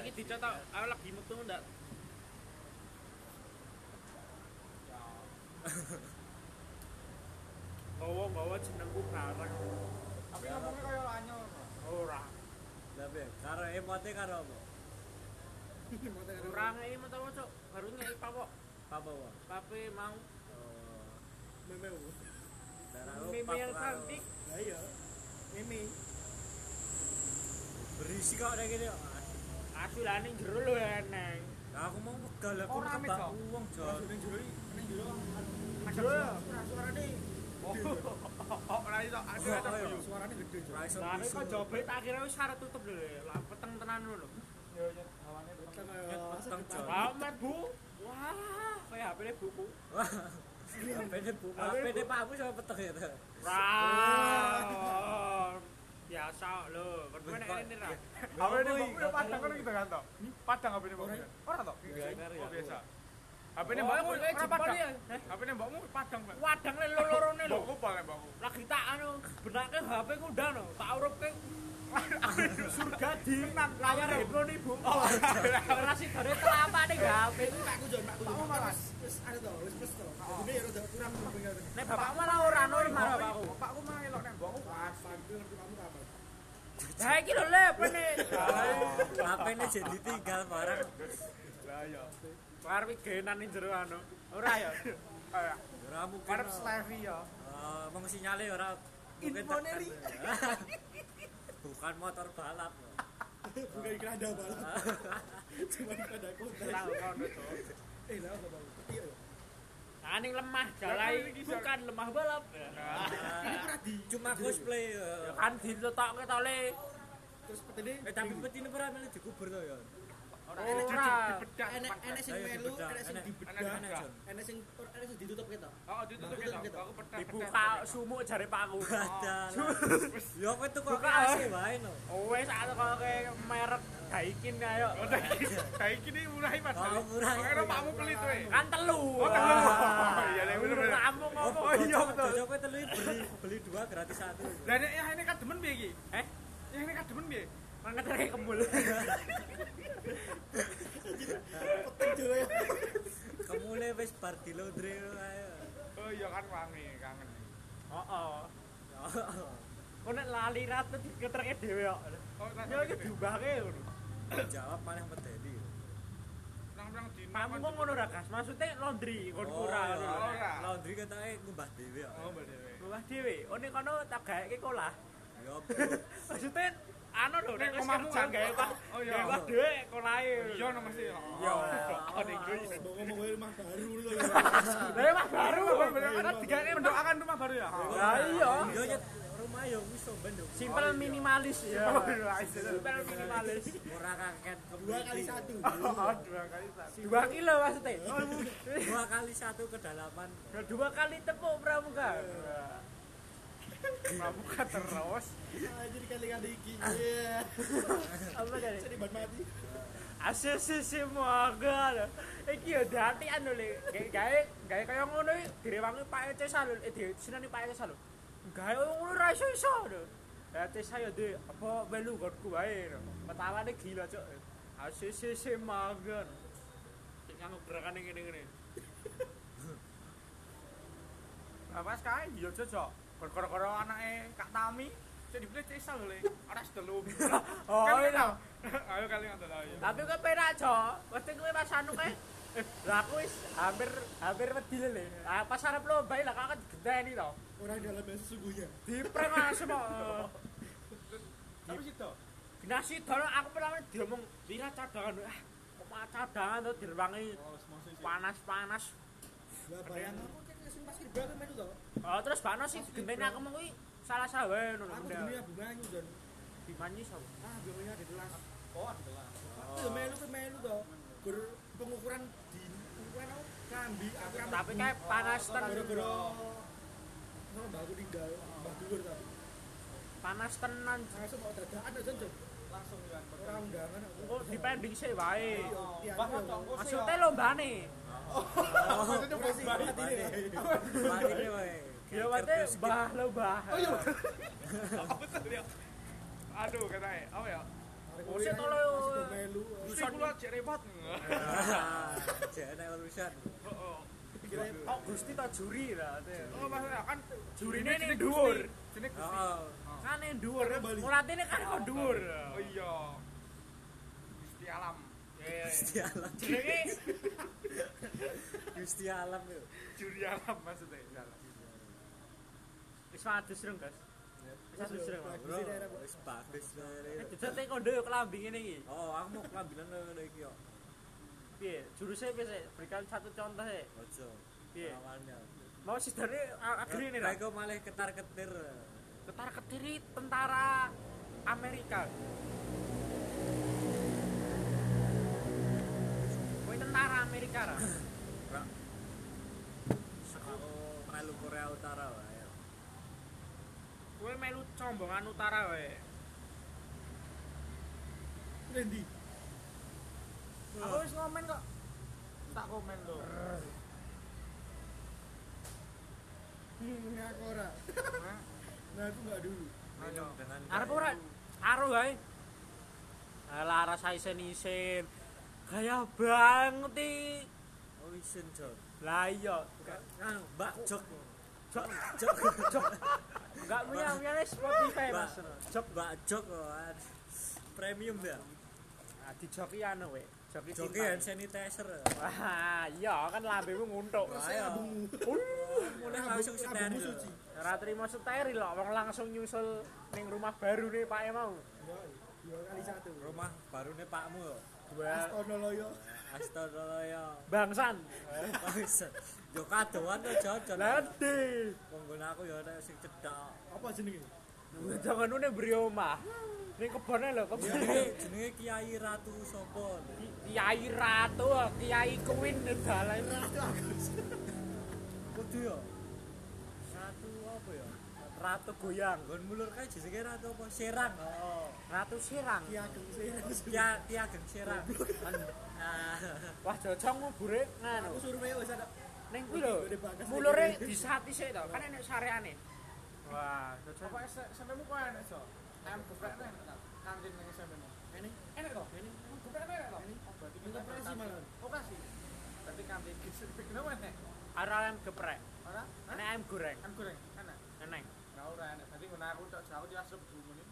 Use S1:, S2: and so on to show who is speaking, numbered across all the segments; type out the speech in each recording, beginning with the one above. S1: Iki dicetok, aku lagi metu ndak. Gawa gawa jenengku karang
S2: Tapi ngomongnya kayak lanyo.
S1: ora.
S3: Tapi karo emote karo apa?
S1: Ora ngene metu cok, baru nyai pawok.
S3: Apa wae.
S1: Pape mau
S3: Oh,
S4: Meme wo.
S3: darah lu
S1: meme
S3: pap
S1: yang
S3: karo-
S1: cantik.
S4: Lah iya. Meme.
S3: Berisi kok nek ngene. kok.
S1: Asulane jero lho eneng.
S3: Lah aku mau pegal aku
S2: Ora amit,
S3: kebak
S2: kok.
S3: uang jon.
S4: Ning jero iki, ning jero.
S1: Jero.
S4: Suarane,
S1: Ora iso aku
S3: Ora,
S1: cok.
S3: ora.
S4: suarane gede jo.
S3: Ra iso
S1: Lah nek kok
S3: bisu.
S1: jobret akhirnya wis arep tutup lho. Lah peteng tenan lho.
S2: Yo yo hawane
S4: Kan
S3: Nyet
S4: kaya
S3: peteng, Jon.
S1: Wah, Bu. Wah, kayak HP-ne buku.
S3: Wah. Pede bu, malah
S1: Amin, Bu.
S3: pede pakmu sama peteng ya. Ta.
S1: Wah. Biasa lho, berdua nek ini ra.
S2: Apa ini
S3: Apa
S2: Mbak?
S3: ini?
S2: Udah padang kan gitu kan toh? Padang apa ini Mbak?
S4: Orang-
S2: Orang toh?
S3: ya.
S2: Oh biasa. Apa ini Mbakmu ora padang? Apa ini Mbakmu padang, Mbak?
S1: Eh, Wadang le lorone lho.
S2: Mbakku paling Mbakku.
S1: Lagi tak anu benake HP ku ndak no, tak urupke surga di Oh, layar handphone ni Bu. Ora sih dari telapane HP ku.
S4: aku jo, aku jo.
S2: Pakmu malas.
S4: Wis ada to, wis plus to. Jadi ya rada kurang kupingnya.
S1: Nek bapakmu ora ora no marah bapakku.
S2: Bapakku mah elok nek mbokku.
S4: Pasan ku ngerti kamu apa.
S1: Ha iki lho le pene.
S3: HP ini jadi tinggal barang.
S2: Lah ya.
S1: War wigenan ning jero anu. Ora ya.
S2: Ayo.
S3: Ora mungkin.
S2: Karep Slavi ya.
S3: Eh, Mong sinyale ora mungkin
S2: Infonya
S3: tekan.
S2: ri.
S3: Bukan motor balap. loh.
S4: Bukan keranda balap, cuma keranda kota.
S1: Ora ngono to.
S4: Eh, lah apa Bang? Iya. ya.
S1: Nah, ning lemah jalai bukan lemah balap.
S3: Ah, Cuma cosplay. eh.
S1: Kan ditetokke to le.
S4: Terus petene
S3: Eh tapi petine ora melu dikubur to ya.
S1: Ora.
S2: Dibedak.
S4: enek enek sing
S3: Ayo
S4: melu,
S3: dibedah,
S4: enek sing
S3: enek.
S4: dibedah,
S3: Aneh Jon.
S4: enek sing enek sing ditutup ketok.
S2: Oh, ditutup gitu. Aku pedak.
S1: Dibuka sumuk jare pakku.
S3: Badal. Yo kowe tuku
S1: Buka,
S3: AC
S1: eh.
S3: wae no.
S1: Wes aku kok merek Daikin ayo.
S2: Oh, Kayak gini murah Mas.
S3: Oh, murah.
S2: Makanya pakmu pelit we.
S1: Kan telu.
S2: Oh, telu.
S1: Wah.
S2: Iya, iya, bener, bener.
S1: Kamu ngomong.
S2: Oh, iya, betul.
S3: Jojo kowe telu beli beli dua gratis satu.
S2: Lah nek ya ini kademen piye iki?
S1: Eh,
S2: Ya ini kademen piye?
S1: mangkat dari kembul.
S4: Peteng jo ya.
S3: Kemule wis bar di laundry lo, ayo.
S2: Oh iya kan wangi kangen.
S1: Oh, oh.
S3: Oh,
S1: Kok nek lali ratu diketreke dhewe kok.
S2: Oh, tak
S1: Yo iki diumbange ngono.
S3: Jawab malah medeni.
S2: nang-nang di
S1: Kamu kok ngono ra gas? Maksudnya laundry kon kurang ngono lho.
S2: Oh, iya.
S3: Laundry ketoke ngumbah dhewe kok.
S2: Oh, Mbak Dewe.
S1: Luwih dhewe. Oh ning kono tak gaeke kolah.
S3: Yo.
S1: Maksudnya anu lho nek
S2: Nek
S1: wis
S2: omahmu
S1: kerja
S2: kan?
S1: gawe pak.
S2: Oh, iya.
S1: Gawe pak dhewe kolahe.
S2: Iya no mesti.
S1: Yo.
S3: Oh, ning
S4: Mau ngomong wae rumah baru lho.
S1: Lah mah baru.
S2: Karena digane mendoakan rumah baru ya.
S1: Lah iya.
S3: Yo nyet rumah yo wis somben yo.
S1: Simple minimalis ya. Simple minimalis.
S3: Ora kaget kemudi.
S4: Dua kali satu.
S2: Dua kali satu.
S1: Dua kilo maksudnya.
S3: Dua kali satu kedalaman.
S1: Dua kali tepuk pramuka.
S2: Pramuka terus.
S4: Ah, Jadi kali-kali iki. Iya.
S1: Apa jadi?
S4: Jadi ban mati.
S1: Asese semoga. Iki ya dati anu le. Gawe gawe kaya ngono iki direwangi Pak Ece Salul. Eh di sinane Pak Ece Salul. Gawe kaya ngono ra iso iso. lho. E Ya Ece saya de apa melu godku wae. Petawane gila cok. Asese semoga. Sing nganggo gerakane ngene-ngene.
S2: Apa kae yo cocok. Kor-kor-kor anake Kak Tami. Cek dibeli cek isal lho. Ora sedelu.
S1: Oh, iya.
S2: Ayo kali ngandel ayo.
S1: Tapi kowe penak, Jo. Mesti kowe pas anu kowe. Eh, Lah aku wis hampir hampir wedi le. Ah pas arep lomba iki lah kakak digenteni to.
S4: Orang dalam yang sesungguhnya.
S1: Dipreng langsung kok. Eh,
S2: Tapi situ.
S1: Gnasi dolo aku pertama diomong lira cadangan. Ah, kok malah cadangan to direwangi
S2: Oh, semono sih.
S1: panas-panas.
S4: Lah bayang aku kan sing pasir baru melu to.
S1: Oh, terus bakno sih genteni aku mung kuwi salah sawen ngono
S4: Aku dulu ya
S1: lho.
S4: bumanyu Jon.
S1: Dimanyi sapa?
S4: Ah, bumanyu di kelas.
S2: Oh, adalah.
S4: Aku ya melu ke melu to. Gur pengukuran di ukuran aku kambi aku rambut.
S1: Tapi kayak gitu panas ten,
S4: gara-gara Nang mbak aku tinggal, mbak dulur tapi.
S1: panas tenan.
S4: Langsung mau dadakan aja Jon.
S2: Langsung jalan.
S4: Ora undangan aku.
S1: Oh, dipending sih wae.
S2: Bahkan toh.
S1: Maksudnya lombane.
S3: Oh,
S4: Maksudnya pas mbak ini.
S3: Matine wae.
S1: Ya wae bah lomba.
S2: Apa tuh ya? Aduh, katanya. Apa ya?
S1: Bosnya tolong yo.
S4: Masih do melu.
S2: Bisa kula jek repot.
S3: Ah, Jangan ada urusan.
S2: Heeh.
S1: Oh, Gusti tak juri lah.
S2: Oh, Mas kan
S1: Jurine ning
S2: jeneng
S1: dhuwur.
S2: Gusti. Jeneng Gusti.
S3: Oh,
S1: Kan ning dhuwur.
S4: Karena Bali.
S1: Mulatine kan kok dhuwur.
S2: Oh iya. Gusti alam.
S1: Iya, iya.
S3: Gusti Alam.
S1: Jenenge
S3: Gusti Alam yo.
S2: Juri alam maksudnya. Jalan.
S1: wis madus reng, Guys. Wis
S4: Terus
S1: madus
S4: yo,
S1: reng. Mas.
S4: bagus sih daerah kok.
S3: Wis bagus
S1: Eh,
S3: dari.
S1: Jejak teko ndo yo kelambi ngene iki.
S3: Oh, aku mau kelambinan lho iki yo.
S1: Piye? Juruse piye? sih? Berikan satu contoh sih.
S3: Ojo.
S1: Piye?
S3: Lawannya.
S1: Mau sidane akhire nih lah.
S3: Kayak malah ketar-ketir.
S1: Tentara Kediri tentara Amerika. Kowe tentara Amerika ra.
S3: Ra. Oh, melu Korea Utara wae. yo.
S1: Kowe melu combongan utara wae.
S4: Rendi.
S1: Aku wis ngomen kok.
S2: Tak komen lho.
S4: Hmm, aku ora.
S2: Hah?
S4: Nah, aku enggak dulu.
S2: Ayo.
S3: Dengan
S1: Arep ora aro wae. Alah rasa isen-isen. Gaya banget iki.
S3: Oh, isin jok.
S1: Lah iya.
S3: Anu, Mbak Jok.
S1: Jok.
S3: Jok.
S1: Enggak punya punya Spotify
S3: Mbak.
S1: Mas.
S3: Jok Mbak Jok. wah. Premium ya.
S1: Nah, ah, di joki anu wae. Joki
S3: Joki
S1: cinta.
S3: hand sanitizer.
S1: Wah, iya kan lambemu nguntuk.
S3: Ayo. Mulai langsung sedan.
S4: Abumu
S3: lho.
S4: suci.
S1: Ora trimo steril kok wong langsung nyusul ning rumah baru nih Pak E mau.
S4: Yo, Dua kali satu.
S3: Rumah barune pakmu yo.
S1: Dua
S4: Astagfirullahaladzim.
S3: Astagfirullah.
S1: bangsan.
S3: Bangsat. Yo kadoan to jajan.
S1: Nanti.
S3: Pengguna aku yo nek sing cedak.
S4: Apa jenenge?
S1: Jangan nune beri omah. Ning kebone lho, kebone.
S3: Jenenge jenenge Kiai Ratu sapa?
S1: Kiai Ratu, Kiai Queen dalan.
S3: Kudu yo. Ratu apa yo?
S1: Ratu goyang,
S3: Nggon mulur kae jenenge Ratu apa? Serang. Oh.
S1: Ratu Sirang.
S4: Ki Ageng sih.
S3: Kia Kia Ageng Serang. Ah.
S1: Wah, jojong ngubure
S4: Aku
S1: ngono.
S4: suruh wae wis ada.
S1: Ning kuwi lho, mulure disati sik to, kan enek sareane. Wah,
S2: Apa SMP-mu kok enak, Jo? Em geprek nek kantin ning SMP-mu.
S4: Ini
S2: Enak to? Ini geprek enak to? Oh, berarti
S4: ini
S2: kita
S4: operasi malah.
S2: Oh, kasih. Berarti kantin gisik kenapa enak?
S1: arep geprek,
S2: Ora?
S1: enek ayam goreng,
S2: Kan goreng enak.
S1: enek.
S2: Nah, ora enak. Tadi ngono aku tok jauh di asrep dulu ini.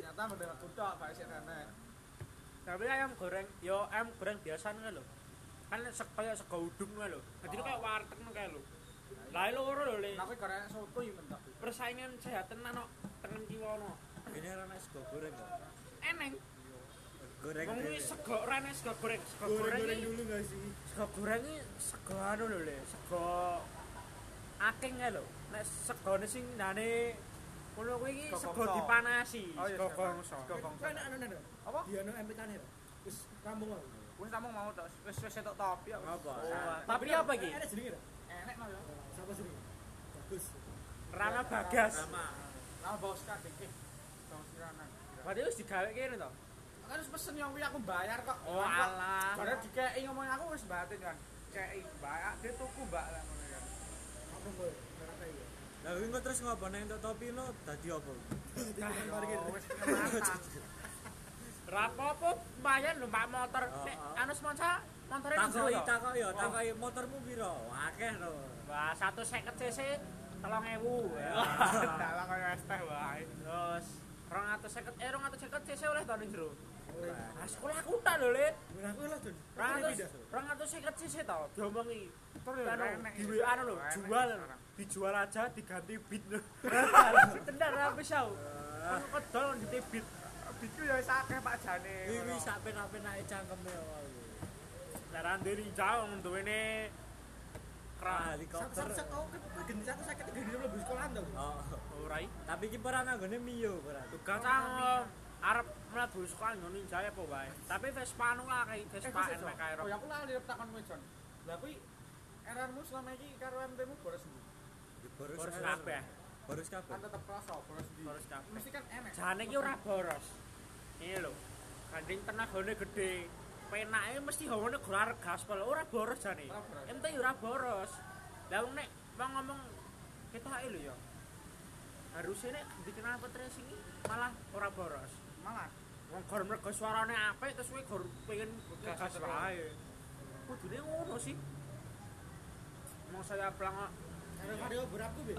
S2: Ternyata bener aku tok Pak Isik enak.
S1: Tapi ayam goreng, yo ayam goreng biasa nih lho. Kan se kayak sego udung nih lho. Jadi kayak warteg nih kayak lho. Lah lho loro lho le.
S2: Tapi goreng soto iki mentok.
S1: Persaingan sehat tenan kok tengen kiwa ono.
S3: Ini ora nek sego goreng kok.
S1: Eneng.
S3: Goreng.
S1: Wong
S3: dhewe.
S1: iki sego rene sego goreng, sego goreng
S4: goreng-goreng
S1: iki-
S4: dulu guys sih?
S1: sego goreng iki sego anu lho le, sego aking kayak lho. Nek segone sing nane ngono kuwi iki
S2: Sego
S1: sego
S2: gongso.
S1: dipanasi,
S2: Oh, iya,
S1: sego
S2: sego.
S1: gongso.
S2: Sego gongso.
S4: Kan anak anak
S2: Apa?
S4: Dia no MPK nih. Wis kampung wae.
S2: Wis tamu mau tok wis wis setok topi kok.
S3: Apa?
S1: Wah, Tapi apa iki?
S4: Ada jenenge dah.
S2: Enak mah yo.
S4: Siapa jenenge? Bagus.
S1: Rama Bagas.
S3: Sama.
S2: Lah bos kadek. Eh, bos kiranan.
S1: Berarti wis digawe kene to.
S2: Kan harus pesen yang kuwi aku bayar kok.
S1: Oh alah.
S2: Karena dikei ngomong aku wis batin kan. Kei mbak, dia tuku mbak lah ngono kan.
S4: Apa kowe? Ora kaya.
S3: Lah kuwi engko terus ngopo nek entuk topi lo dadi apa?
S4: Tinggal parkir.
S2: Oh, wis kematan.
S1: Rapopo lumayan lho Pak motor.
S3: Oh,
S1: Nek
S3: oh.
S1: anu semonca motore
S3: Takoki
S1: njero to?
S3: takoki yo, takoki motormu piro? Akeh to.
S1: Wah, 150 cc 3000.
S2: Dalah koyo es teh wae.
S1: Terus 250 eh 250 cc oleh to ning jero.
S4: Ora.
S1: Ah, sekolah aku tak lho, Lit.
S4: Ora aku lah, Jun. Ora aku
S1: 200
S4: pindah.
S1: 250 cc to diomongi.
S2: Tur yo
S1: Anu,
S2: enak.
S1: di WA anu lho,
S2: Enak
S1: jual.
S2: sekarang.
S1: Dijual aja diganti bit lho. Tenan habis aku.
S2: Ah.
S1: Aku kedol ganti bit.
S2: Biku ya wis akeh Pak Jane.
S3: Kuwi kuwi sak penak-penake cangkeme wae.
S1: Daran diri jauh duwene
S3: Ah,
S1: kran.
S3: helikopter.
S4: Sak-sak aku kan gendhi aku sakit gendhi mlebu sekolahan tau.
S3: Oh,
S1: Ora iki.
S3: tapi iki peran anggone Mio peran.
S1: Kacang arep mlebu sekolah nggon jae apa wae. Tapi Vespa nu akeh
S4: Eh,
S1: Vespa
S2: Pak
S1: NMK
S2: Oh,
S1: Aero.
S2: ya aku lali arep takon kowe, Jon. Lah kuwi RR-mu selama iki karo MT-mu boros ndi?
S3: Boros
S1: Boros
S3: ae.
S1: kabeh.
S3: Boros
S2: Kan
S3: kabeh.
S2: tetep rasa boros ndi?
S1: Boros kabeh.
S2: Mesti kan enak.
S1: Jane iki ora boros. Ini lho. Gandeng tenagane gedhe. Penake mesti hawane gelar gaspol. Ora boros jane.
S2: Ora boros.
S1: Ente ora boros. Lah wong nek wong ngomong ketoke lho ya. Harusnya nek dikenal petri sing malah ora boros.
S2: Malah
S1: wong gor mergo suarane apik terus kowe gor pengen
S2: Gagas wae.
S1: kudune ngono sih mau saya pelang
S4: Karena vario beratku be.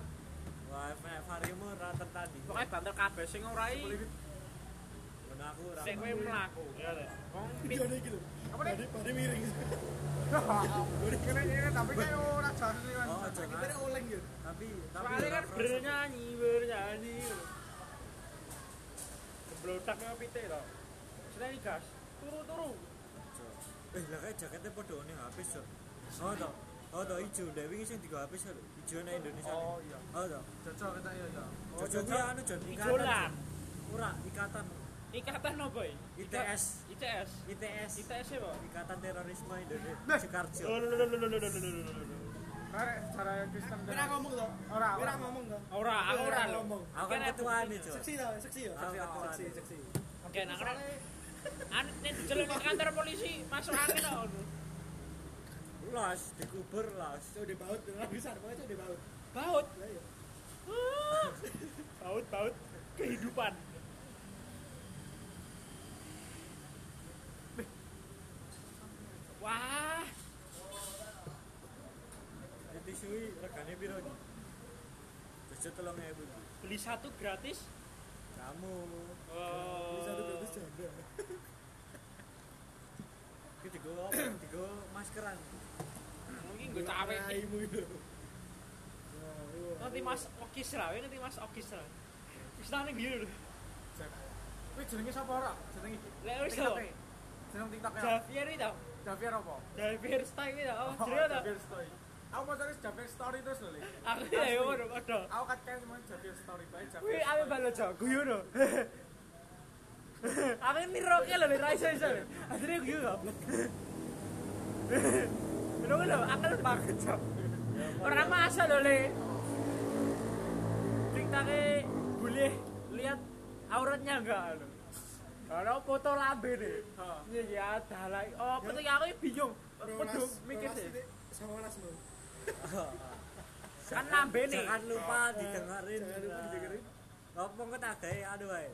S3: Wah, Pak Farimu ra tertanding.
S1: pokoknya banter kabeh sing ora i
S3: Ben aku ra.
S1: sing kowe mlaku ya ta wong pit
S4: Video ini gitu.
S1: Apa nih?
S4: Badi badi miring.
S2: Kene-kene tapi kayak ora jas ini kan.
S3: Oh, aja
S4: Sakit
S3: Mas.
S4: bener oleng gitu.
S3: Tapi tapi
S1: soalnya
S3: ora
S1: kan
S3: kerasa.
S1: bernyanyi bernyanyi geblotak ya pite to seneni gas turu-turu
S3: Jo. Eh, lah kayak jaketnya padha ngene habis, Jo. Oh, to. Oh, to ijo Dewi sing digo habis lho. Ijo nek Indonesia.
S2: Oh iya.
S3: Oh, to.
S2: Cocok kita iya ya.
S3: Oh, Jo kuwi anu Jo
S1: ijolan
S3: ikatan. Ora ikatan
S1: ikatan apa iki?
S3: ITS.
S1: ITS
S3: ITS.
S1: ITS ya Pak?
S3: Ikatan Terorisme Indonesia.
S2: Nah. Oh,
S3: Sekarjo.
S2: Karek cara Kristen.
S4: Berak ngomong toh.
S2: Ora, ora.
S4: Berak ngomong toh.
S1: ora aku ora lho
S4: ngomong.
S3: Aku kan
S1: Kira-
S3: ketua nih, Jo.
S4: Seksi toh, seksi ya.
S3: Aku ketua.
S4: Seksi, seksi.
S1: Oke, nah kan anu nek dijeluk nang kantor polisi masuk angin to.
S3: Los, dikubur los.
S4: Itu udah baut, udah bisa, pokoknya itu udah baut.
S1: Baut.
S4: Lah, iya.
S1: Ah. Baut, baut kehidupan. Wah,
S3: Itu suwi regane piro iki? Bejo 3000 iki.
S1: beli satu gratis.
S3: Kamu
S1: Oh.
S4: Beli satu gratis janda.
S3: iki digo apa? digo maskeran.
S1: Oh, Mungkin gue cawe.
S4: Raimu itu.
S1: Nanti Mas Okis lah, nanti Mas Okis lah. Wis nang ning biru.
S2: Kuwi jenenge sapa ora? Jeneng iki.
S1: Lek wis to.
S2: TikTok-e. Jeneng TikTok ya.
S1: Javier itu,
S2: Javier apa?
S1: Javier style itu, oh, jelas to.
S2: Javier Story. Aku mau cari Javier Story terus lho. Le.
S1: Aku ya yo ngono padha.
S2: Aku kan kayak cuma Javier Story bae
S1: Kuwi
S2: Javier.
S1: ame
S2: Story.
S1: balo jo, guyu no. Aku ini roke lho, ra iso iso. Adine guyu kok. Lho lho, akal banget jo. Ora masa lho le. Ceritane boleh lihat auratnya enggak lho. Kalau foto lambe nih, iya ya, dah lah. Oh, foto ya aku bingung. Pedung mikir
S4: Rolas
S1: sih.
S4: ini, Sama las mau.
S1: Kan lambe nih.
S3: Jangan lupa didengerin.
S4: Jangan lupa didengerin.
S3: Ngomong ke tagae anu wae.